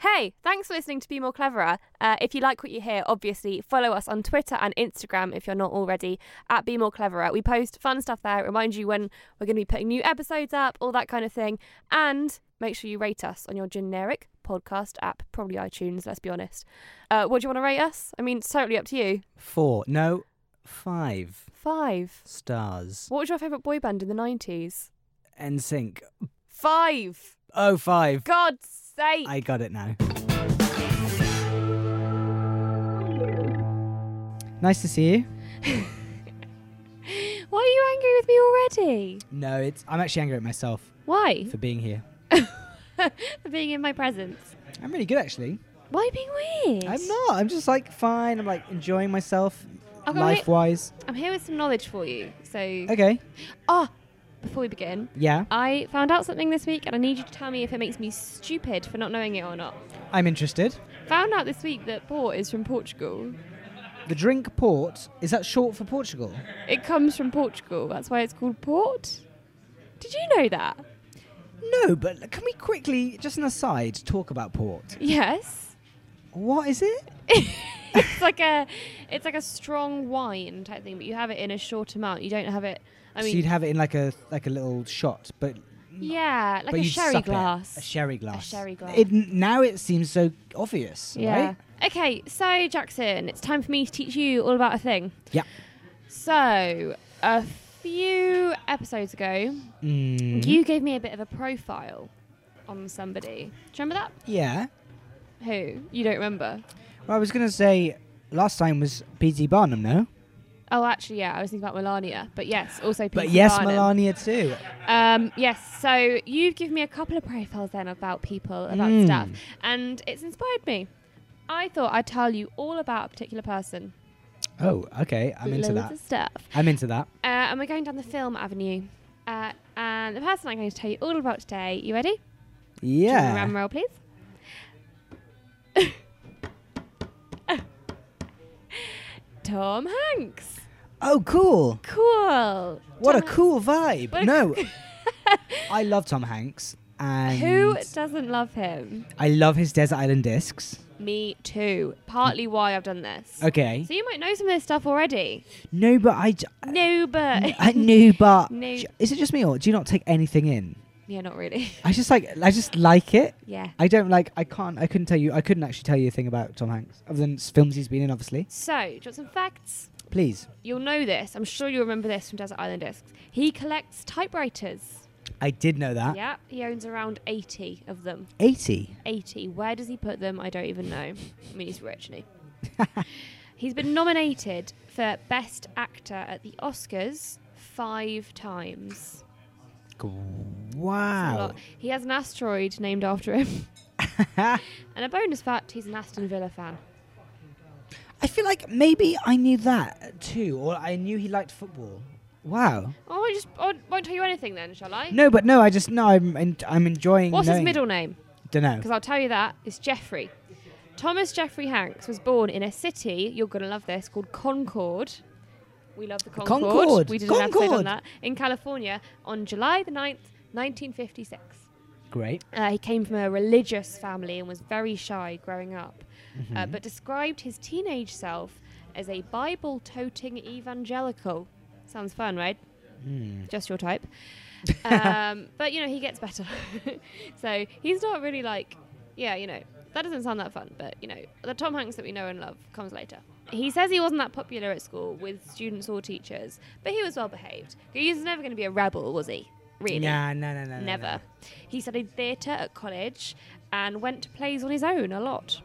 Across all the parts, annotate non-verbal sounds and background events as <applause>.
Hey, thanks for listening to Be More Cleverer. Uh, if you like what you hear, obviously follow us on Twitter and Instagram if you're not already at Be More Cleverer. We post fun stuff there, remind you when we're going to be putting new episodes up, all that kind of thing. And make sure you rate us on your generic podcast app, probably iTunes, let's be honest. Uh, what do you want to rate us? I mean, it's totally up to you. Four. No, five Five. stars. What was your favourite boy band in the 90s? NSYNC. Five. Oh, five. God's sake. I got it now. Nice to see you. Why are you angry with me already? No, it's I'm actually angry at myself Why? for being here. For being in my presence. I'm really good actually. Why are you being weird? I'm not. I'm just like fine. I'm like enjoying myself Okay, wait. life-wise. I'm here with some knowledge for you. So, Okay. ah, before we begin, Yeah. I found out something this week, and I need you to tell me if it makes me stupid for not knowing it or not. I'm interested. Found out this week that port is from Portugal. The drink port is that short for Portugal? It comes from Portugal. That's why it's called port. Did you know that? No, but can we quickly just an aside talk about port? Yes. What is it? it's like a, it's like a strong wine type thing, but you have it in a short amount. You don't have it. I so mean, you'd have it in like a like a little shot, but yeah, like but a you'd sherry sup it. glass. A sherry glass. sherry glass. It, now it seems so obvious, right? Okay, so Jackson, it's time for me to teach you all about a thing. Yeah. So, a few episodes ago, Mm. you gave me a bit of a profile on somebody. Do you remember Yeah. that? Who? You don't remember? Well, I was gonna say last time was P.T. Barnum, no? Oh, actually, yeah, I was thinking about Melania, but yes, also Peter but yes, Barnum. Melania too. Um, yes, so you've given me a couple of profiles then about people, about Mm. stuff, and it's inspired me. I thought I'd tell you all about a particular person. Oh, okay. I'm into Loads that. of stuff. I'm into that. Uh, and we're going down the film avenue. Uh, and the person I'm going to tell you all about today, you ready? Do you want a Yeah. Drum roll, please. <laughs> Tom Hanks. Oh, cool. Cool. What a Tom cool vibe. What a no, <laughs> I love Tom Hanks, and Hanks. Who doesn't love him? I love his Desert Island Discs. Me too. Partly why I've done this. Okay. So you might know some of this stuff already. No, but I. j- No, <laughs> but I knew, but No. j- is it just me or do you not take anything in? yeah, not really. <laughs> I just like. I just like it. Yeah. I don't like. I can't. I couldn't tell you. I couldn't actually tell you a thing about Tom Hanks other than s- films he's been in. Obviously, So, do you want some facts? please. You'll know this. I'm sure you'll remember this from Desert Island Discs. He collects typewriters. I did know that. yeah, he owns around 80 of them. Eighty. 80. Where does he put them? I don't even know. I mean, he's rich, and he. <laughs> he's been nominated for Best Actor at the Oscars five times. That's a Wow. lot. He has an asteroid named after him. <laughs> and a bonus fact, he's an Aston Villa fan. I feel like maybe I knew that too, or I knew he liked football. Wow. Oh, I just I won't tell you anything then, shall I? No, but no. I just no. I'm. En- I'm enjoying. What's his knowing- middle name? Don't know. Because I'll tell you that it's Jeffrey. Thomas Jeffrey Hanks was born in a city, you're going to love this, called Concord. We love the Concord. Concord. We did an episode on Concord. that. In California on July the 9th, 1956. Great. Uh, he came from a religious family and was very shy growing up, uh, but described his teenage self as a Bible toting evangelical. Sounds fun, right? Just your type. Um, but you know, he gets better. <laughs> so he's not really like, yeah, you know, that doesn't sound that fun. But you know, the Tom Hanks that we know and love comes later. He says he wasn't that popular at school with students or teachers, but he was well behaved. He was never going to be a rebel, was he? Really? Nah, no, no, no, no, Never. no. He studied theatre at college and went to plays on his own a lot.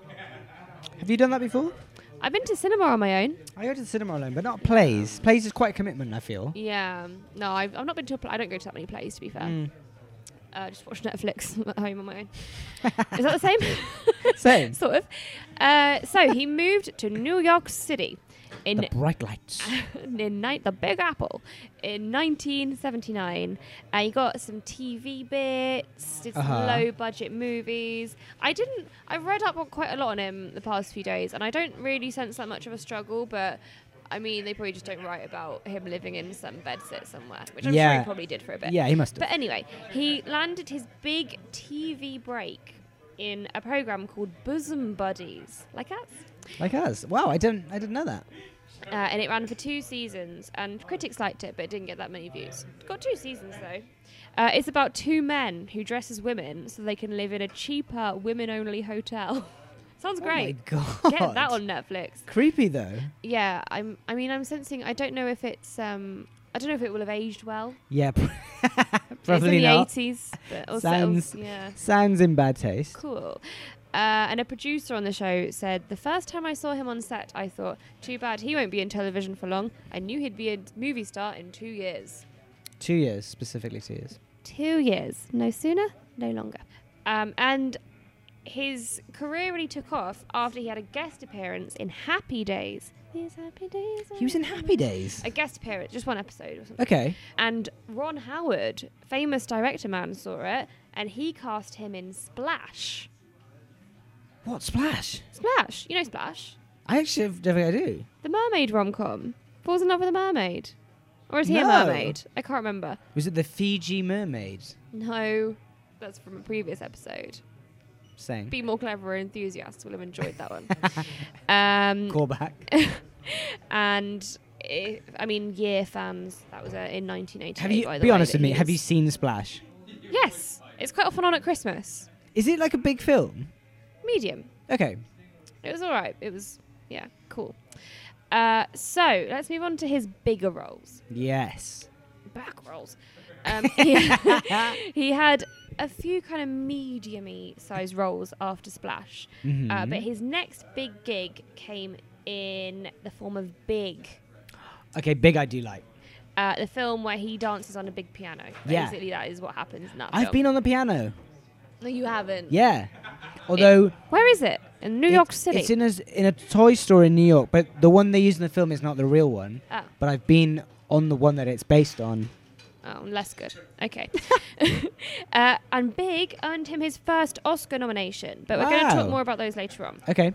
Have you done that before? I've been to cinema on my own. I go to the cinema alone, but not plays. Plays is quite a commitment. I feel. Yeah. No, I've, I've not been to a play. I don't go to that many plays, to be fair. Mm. Uh, just watch Netflix <laughs> at home on my own. Is that the same? <laughs> Same. sort of. Uh, so he moved to New York City in The bright lights. <laughs> in ni- the Big Apple in 1979. Uh, he got some TV bits, did some Uh-huh. low budget movies. I didn't. I've read up on quite a lot on him the past few days, and I don't really sense that much of a struggle, but. I mean, they probably just don't write about him living in some bedsit somewhere, which I'm sure Yeah. he probably did for a bit. yeah, he must. Have. But anyway, he landed his big TV break in a program called Bosom Buddies, like us, <laughs> Like us. Wow, I didn't. I didn't know that. uh, and it ran for two seasons. And critics liked it, but it didn't get that many views. Got two seasons though. Uh, it's about two men who dress as women so they can live in a cheaper women-only hotel. <laughs> Sounds great. Oh my god. Get that on Netflix. Creepy though. Yeah, I'm. I mean, I'm sensing. I don't know if it's. Um, I don't know if it will have aged well. Yeah. <laughs> pr- it's Probably in the not. 80s, but also Sounds- yeah. Sounds in bad taste. Cool. Uh, and a producer on the show said, The first time I saw him on set, I thought, too bad he won't be in television for long. I knew he'd be a movie star in two years. Two years specifically. Two years. Two years. No sooner, no longer. Um, and his career really took off after he had a guest appearance in Happy Days. These happy days. He was in Happy Days. A guest appearance, just one episode or something. Okay. And Ron Howard, famous director man, saw it, and he cast him in Splash. What splash? Splash. You know Splash? I actually have- don't think I do. The mermaid rom com. Falls in love with a mermaid. Or is he No. a mermaid? I can't remember. Was it the Fiji mermaid No. That's from a previous episode. saying? Be more clever enthusiasts will have enjoyed that <laughs> one. um, Callback. and if, I mean, year fans. That was uh, in 1988. Have you? by the Be way, honest that with me. he Have you was- seen Splash? Yes, it's quite often on at Christmas. Is it like a big film? Medium. Okay. It was all right. It was yeah, cool. Uh, so let's move on to his bigger roles. Yes. back rolls. Um, he, <laughs> he had a few kind of medium-y sized roles after Splash, Mm-hmm. uh, but his next big gig came in the form of Big, Okay. Big. I do like. uh, the film where he dances on a big piano. Yeah. Basically, that is what happens in that I've been on the piano. No, you haven't. Yeah. Although. Where is it? In New it- York City. It's in a, s- in a toy store in New York, but the one they use in the film is not the real one. Oh. But I've been on the one that it's based on. Oh, less good. Okay. <laughs> uh, and Big earned him his first Oscar nomination, but we're going to talk Wow. more about those later on. Okay.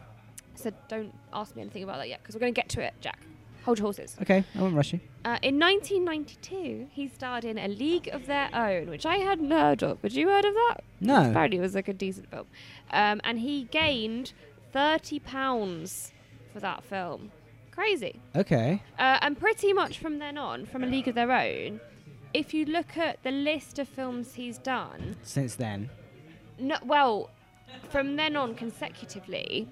So don't ask me anything about that yet, because we're going to get to it, Jack. Hold your horses. Okay. I won't rush you. Uh, in 1992, he starred in A League of Their Own, which I hadn't heard of. Had you heard of that? No. Apparently, it was like a decent film. Um, and he gained 30 pounds for that film. Crazy. Okay. Uh, and pretty much from then on, from A League of Their Own, if you look at the list of films he's done, Since then. no, well, from then on consecutively,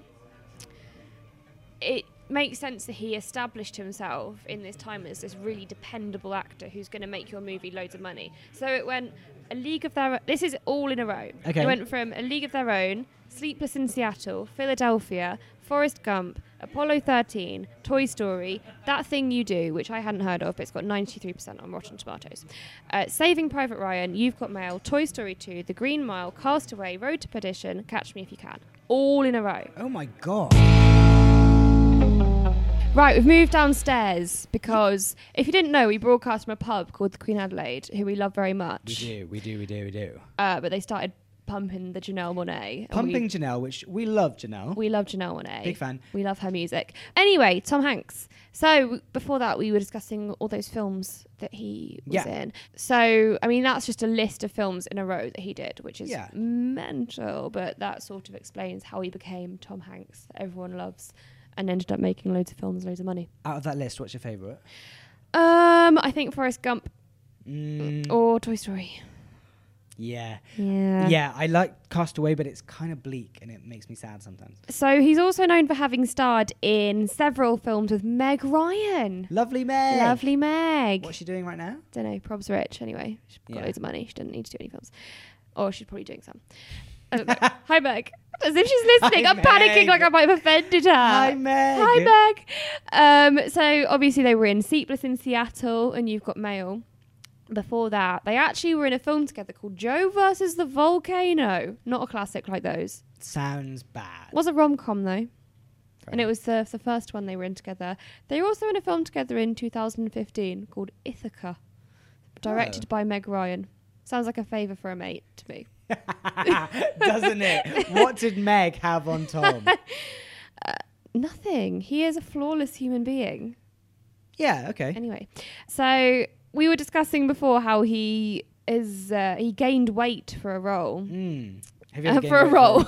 it makes sense that he established himself in this time as this really dependable actor who's going to make your movie loads of money. So it went a League of Their. This is all in a row. Okay. It went from a League of Their Own, Sleepless in Seattle, Philadelphia, Forrest Gump. Apollo 13, Toy Story, That Thing You Do, which I hadn't heard of, but it's got 93% on Rotten Tomatoes. Uh, Saving Private Ryan, You've Got Mail, Toy Story 2, The Green Mile, Castaway, Road to Perdition, Catch Me If You Can. All in a row. Oh my god. Right, we've moved downstairs because if you didn't know, we broadcast from a pub called the Queen Adelaide, who we love very much. we do, we do, we do. Uh, but they started pumping the Janelle Monet. Pumping Janelle, which we love Janelle. We love Janelle Monet. Big fan. We love her music. Anyway, Tom Hanks. So w- before that, we were discussing all those films that he was Yeah. in. So I mean, that's just a list of films in a row that he did, which is Yeah. mental. But that sort of explains how he became Tom Hanks that everyone loves, and ended up making loads of films, loads of money. Out of that list, what's your favourite? Um, I think Forrest Gump Mm, or Toy Story. yeah. Yeah. Yeah, I like Castaway, but it's kind of bleak and it makes me sad sometimes. So he's also known for having starred in several films with Meg Ryan. Lovely Meg. Lovely Meg. What's she doing right now? don't know, prob's rich anyway. She's got Yeah. loads of money. She doesn't need to do any films. Or she's probably doing some. <laughs> I don't know. Hi, Meg. As if she's listening. Hi, I'm panicking Meg. like I might have offended her. Hi, Meg. Hi, Meg. Um, so obviously they were in Sleepless in Seattle and You've Got Mail. Before that, they actually were in a film together called Joe versus the Volcano. Not a classic like those. Sounds <laughs> bad. was a rom com though, and it was the, the first one they were in together. They were also in a film together in 2015 called Ithaca, directed by Meg Ryan. Sounds like a favour for a mate to me. Doesn't it? What did Meg have on Tom? <laughs> Nothing. He is a flawless human being. yeah, okay. Anyway, so we were discussing before how he is uh, he gained weight for a role. Have you Uh, ever gained for a weight role.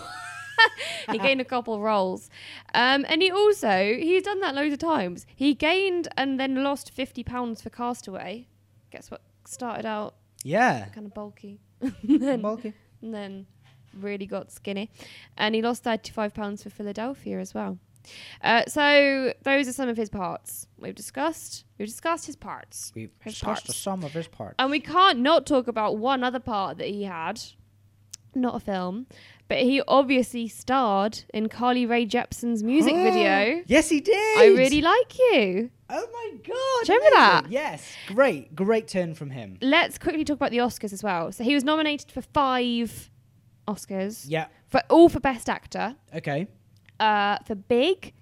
<laughs> he gained a couple roles, um, and he also he's done that loads of times. He gained and then lost fifty pounds for Castaway. Guess what? Started out Yeah. kind of bulky, <laughs> and then, Bulky. and then really got skinny, and he lost thirty five pounds for Philadelphia as well. Uh, so those are some of his parts we've discussed. We've discussed his parts. We've His touched the parts. sum of his part. And we can't not talk about one other part that he had. Not a film, but he obviously starred in Carly Rae Jepsen's music video. Yes, he did. I really like you. Oh my god! Do you remember that? amazing. Yes, great, great turn from him. Let's quickly talk about the Oscars as well. So he was nominated for five Oscars, Yeah. for all for Best Actor, Okay. uh, for Big,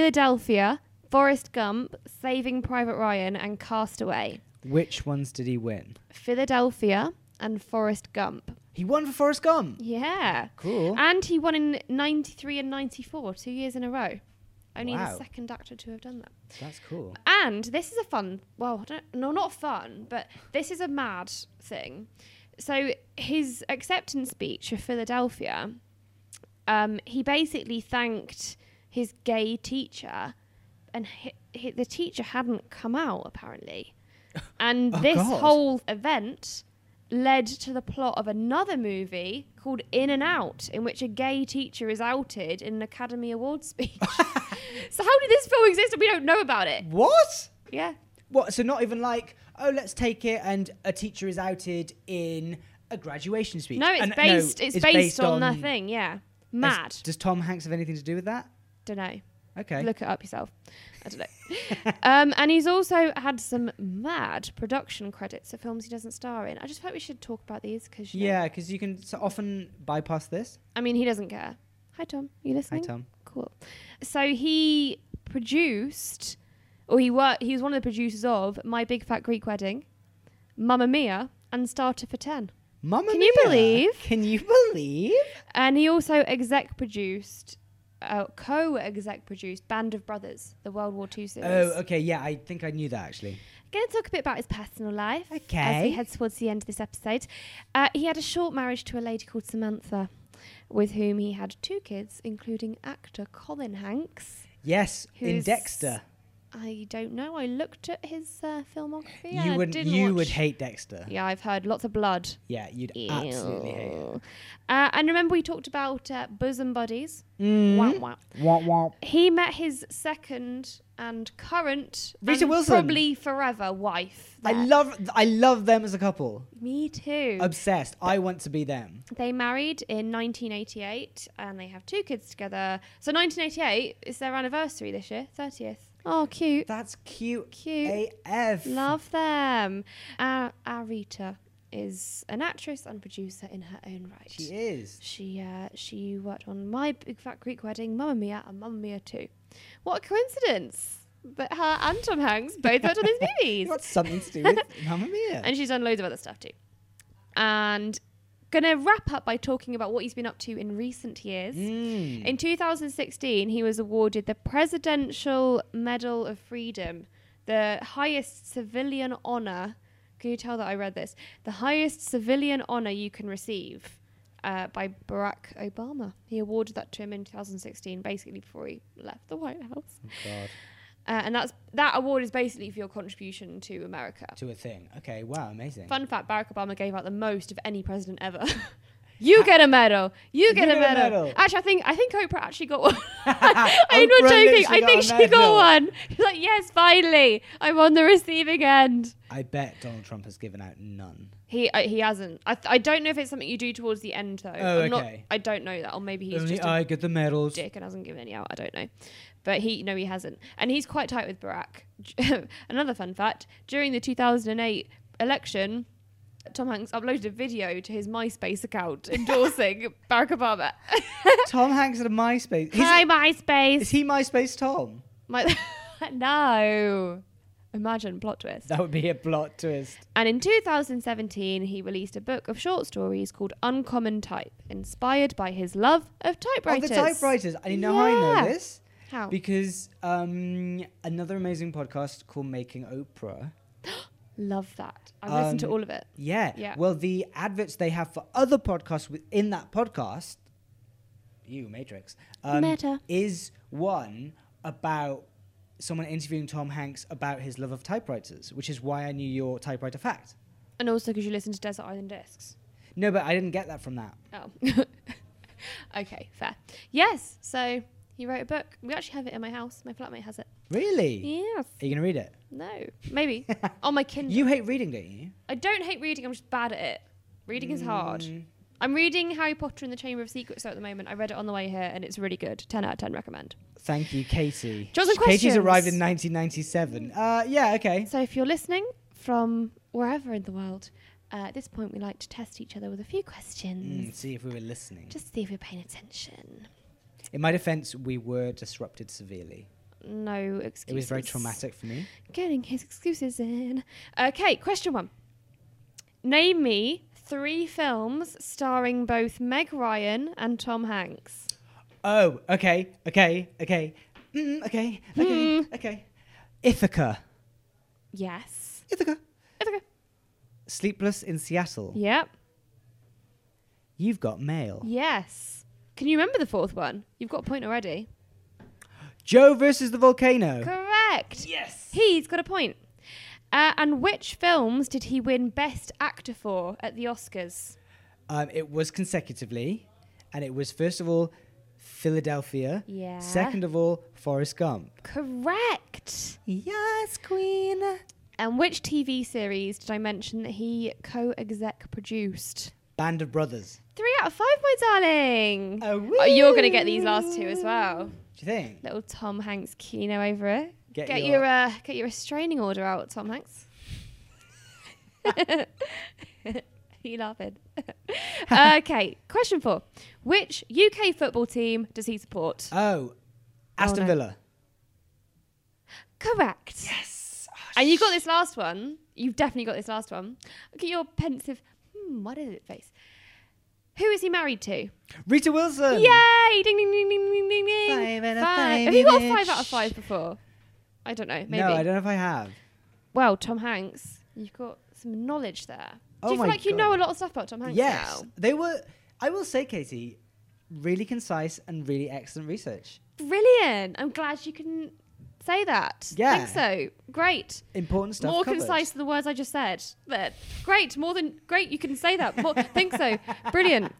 Philadelphia, Forrest Gump, Saving Private Ryan, and Castaway. Which ones did he win? Philadelphia and Forrest Gump. He won for Forrest Gump. Yeah. Mm. Cool. And he won in 93 and 94, two years in a row. Only the Wow. second actor to have done that. That's cool. And this is a fun, well, I don't, no, not fun, but this is a mad thing. So his acceptance speech for Philadelphia, um, he basically thanked his gay teacher, and hi hi the teacher hadn't come out <laughs> apparently. And this Oh, God. whole event led to the plot of another movie called In and Out, in which a gay teacher is outed in an Academy Award <laughs> speech. so how did this film exist and we don't know about it? What? Yeah. What? So not even like, oh, let's take it, and a teacher is outed in a graduation speech. No, it's And- based. it's, based, on, on- nothing. Yeah. Does- Mad. Does Tom Hanks have anything to do with that? Don't know. Okay. Look it up yourself. I <laughs> don't know. um, and he's also had some mad production credits of films he doesn't star in. I just thought we should talk about these because Yeah, because you can so often bypass this. I mean, he doesn't care. Hi, Tom. You listening? Tom. Cool. So he produced, or he worked. He was one of the producers of My Big Fat Greek Wedding, Mamma Mia, and Starter for Ten. Mamma Can you mia. believe? Can you <laughs> believe? And he also exec produced, uh, co-exec produced Band of Brothers, the World War II series. Oh, okay. Yeah, I think I knew that actually. Going to talk a bit about his personal life. As we Okay. head towards the end of this episode, uh, he had a short marriage to a lady called Samantha, with whom he had two kids, including actor Colin Hanks. Yes, in Who's- Dexter. I don't know. I looked at his uh, filmography. and you I would didn't you would watch- hate Dexter. Yeah, I've heard lots of blood. Yeah, you'd absolutely hate it. Ew. Uh, and remember, we talked about uh, bosom buddies. Mm-hmm. Wah, wah. Womp womp. He met his second and current, Rita and Wilson. probably forever wife. I there. love I love them as a couple. Me too. Obsessed. I want to be them. They married in 1988 and they have two kids together. So 1988 is their anniversary this year, 30th. Oh, cute. That's cute. Cute. AF. Love them. Uh, Arita is an actress and producer in her own right. She is. She uh, she worked on My Big Fat Greek Wedding, Mamma Mia, and Mamma Mia 2. What a coincidence that her and Tom Hanks both worked on <laughs> these movies. Got something to do with <laughs> Mamma Mia. And she's done loads of other stuff too. And gonna wrap up by talking about what he's been up to in recent years. Mm. In 2016, he was awarded the Presidential Medal of Freedom, the highest civilian honor. Can you tell that I read this? The highest civilian honor you can receive. Uh, by Barack Obama. He awarded that to him in 2016, basically before he left the White House. Oh, God. Uh, and that's that award is basically for your contribution to America. to a thing. Okay, wow, amazing. Fun fact: Barack Obama gave out the most of any president <laughs> ever. You get a medal. You get, a, get a medal. medal. Actually, I think I think Oprah actually got <laughs> one. <laughs> I'm not Oprah joking. literally I got think a she got medal. one. She's like, yes, finally, I'm on the receiving end. I bet Donald Trump has given out none. He uh, he hasn't. I, th- I don't know if it's something you do towards the end though. Oh, I'm not, okay. I don't know that, or maybe he's Only just a I get the medals. dick and hasn't given any out. I don't know, but he no he hasn't, and he's quite tight with Barack. <laughs> Another fun fact: during the 2008 election, Tom Hanks uploaded a video to his MySpace account <laughs> endorsing Barack Obama. Tom Hanks at a MySpace. He's- Hi MySpace. Is he MySpace Tom? My- <laughs> no. Imagine plot twist. <laughs> That would be a plot twist. And in 2017, he released a book of short stories called Uncommon Type, inspired by his love of Oh, the typewriters. typewriters. I know how I Yeah. Oh. know this. How? Because um, another amazing podcast called Making Oprah. love that. I've listened to Um, all of it. Yeah. Yeah. Well, the adverts they have for other podcasts within that podcast, you Matrix, um, Meta. is one about someone interviewing Tom Hanks about his love of typewriters, which is why I knew your typewriter fact. And also because you listen to Desert Island Discs. No, but I didn't get that from that. Oh. <laughs> okay, fair. Yes, so he wrote a book. We actually have it in my house. My flatmate has it. Really? Yes. Are you gonna read it? No. <laughs> Maybe. On my Kindle. You hate reading, don't you? I don't hate reading, I'm just bad at it. Reading is hard. Mm. I'm reading Harry Potter and the Chamber of Secrets at the moment. I read it on the way here and it's really good. 10 out of 10 recommend. Thank you, Katie. Johnson Katie's arrived in questions. 1997. Uh, yeah, okay. So if you're listening from wherever in the world, uh, at this point we like to test each other with a few questions. Mm, see if we were listening. Just see if you're paying attention. In my defense, we were disrupted severely. No excuses. It was very traumatic for me. Getting his excuses in. Okay, question one. Name me three films starring both Meg Ryan and Tom Hanks. Oh, okay, okay, okay. Mm, okay, okay, okay. Ithaca. Yes. Ithaca. Ithaca. Sleepless in Seattle. Yep. You've got mail. Yes. Can you remember the fourth one? You've got a point already. Joe versus the volcano. Correct. Yes. He's got a point. Uh, and which films did he win Best Actor for at the Oscars? Um, it was consecutively, and it was first of all Philadelphia. Yeah. Second of all Forrest Gump. Correct. Yes, Queen. And which TV series did I mention that he co-exec produced? Band of Brothers. Three out of five, my darling. Oh, you're going to get these last two as well. Do you think? Little Tom Hanks kino over it. Get your, your- uh, get your restraining order out, Tom Hanks. <laughs> you laughing? <laughs> okay, question four. Which UK football team does he support? Oh, no. Aston Villa. Correct. Yes. Oh, And you got this last one. You've definitely got this last one. Look at your pensive. Hmm, what is it face? Who is he married to? Rita Wilson. Yay! Ding ding ding ding ding ding ding. Hmm. Five out of five, Have you got a bitch. five out of five before? I don't know. Maybe. No, I don't know if I have. Well, Tom Hanks, you've got some knowledge there. Do Oh you feel my like you God. know a lot of stuff about Tom Hanks Yes, now? they were. I will say, Katie, really concise and really excellent research. Brilliant. I'm glad you can say that. Yeah. think so. Great. Important stuff. more covered. concise than the words I just said. There. Great, more than great. You can say that. More, think so. Brilliant.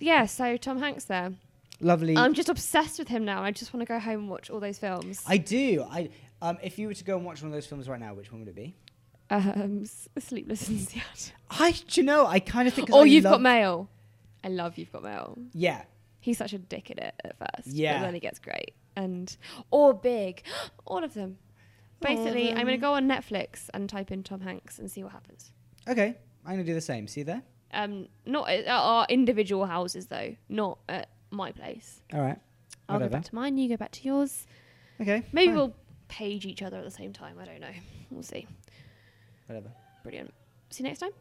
Yeah. So Tom Hanks there. Lovely. I'm just obsessed with him now. I just want to go home and watch all those films. I do. I. Um, if you were to go and watch one of those films right now, which one would it be? um, S- Sleepless in Seattle. I. Do you know? I kind of think. 'cause Oh, I you've love- got mail. I love you've got mail. Yeah. He's such a dick at it at first. Yeah. But then he gets great and or big, all of them. Basically, I'm going to go on Netflix and type in Tom Hanks and see what happens. Okay. I'm gonna do the same. See you there. Um, not at our individual houses though, not at my place. All right. I'll go Whatever. back to mine, you go back to yours. Okay. Maybe fine. we'll page each other at the same time. I don't know. We'll see. Whatever. Brilliant. See you next time.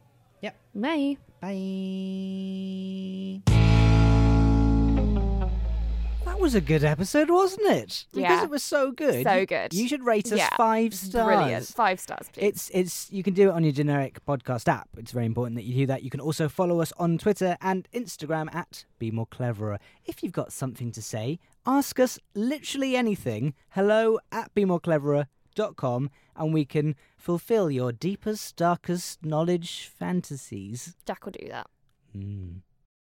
Yep. May. Bye. That was was a good episode, wasn't it? Because Yeah. it was so good. So you- good. You should rate us Yeah. five stars. Brilliant. Five stars, please. It's it's you can do it on your generic podcast app. It's very important that you do that. You can also follow us on Twitter and Instagram at Be More Cleverer. If you've got something to say, ask us literally anything. Hello at Be More com, and we can fulfill your deepest, darkest knowledge fantasies. Jack will do that. Hmm.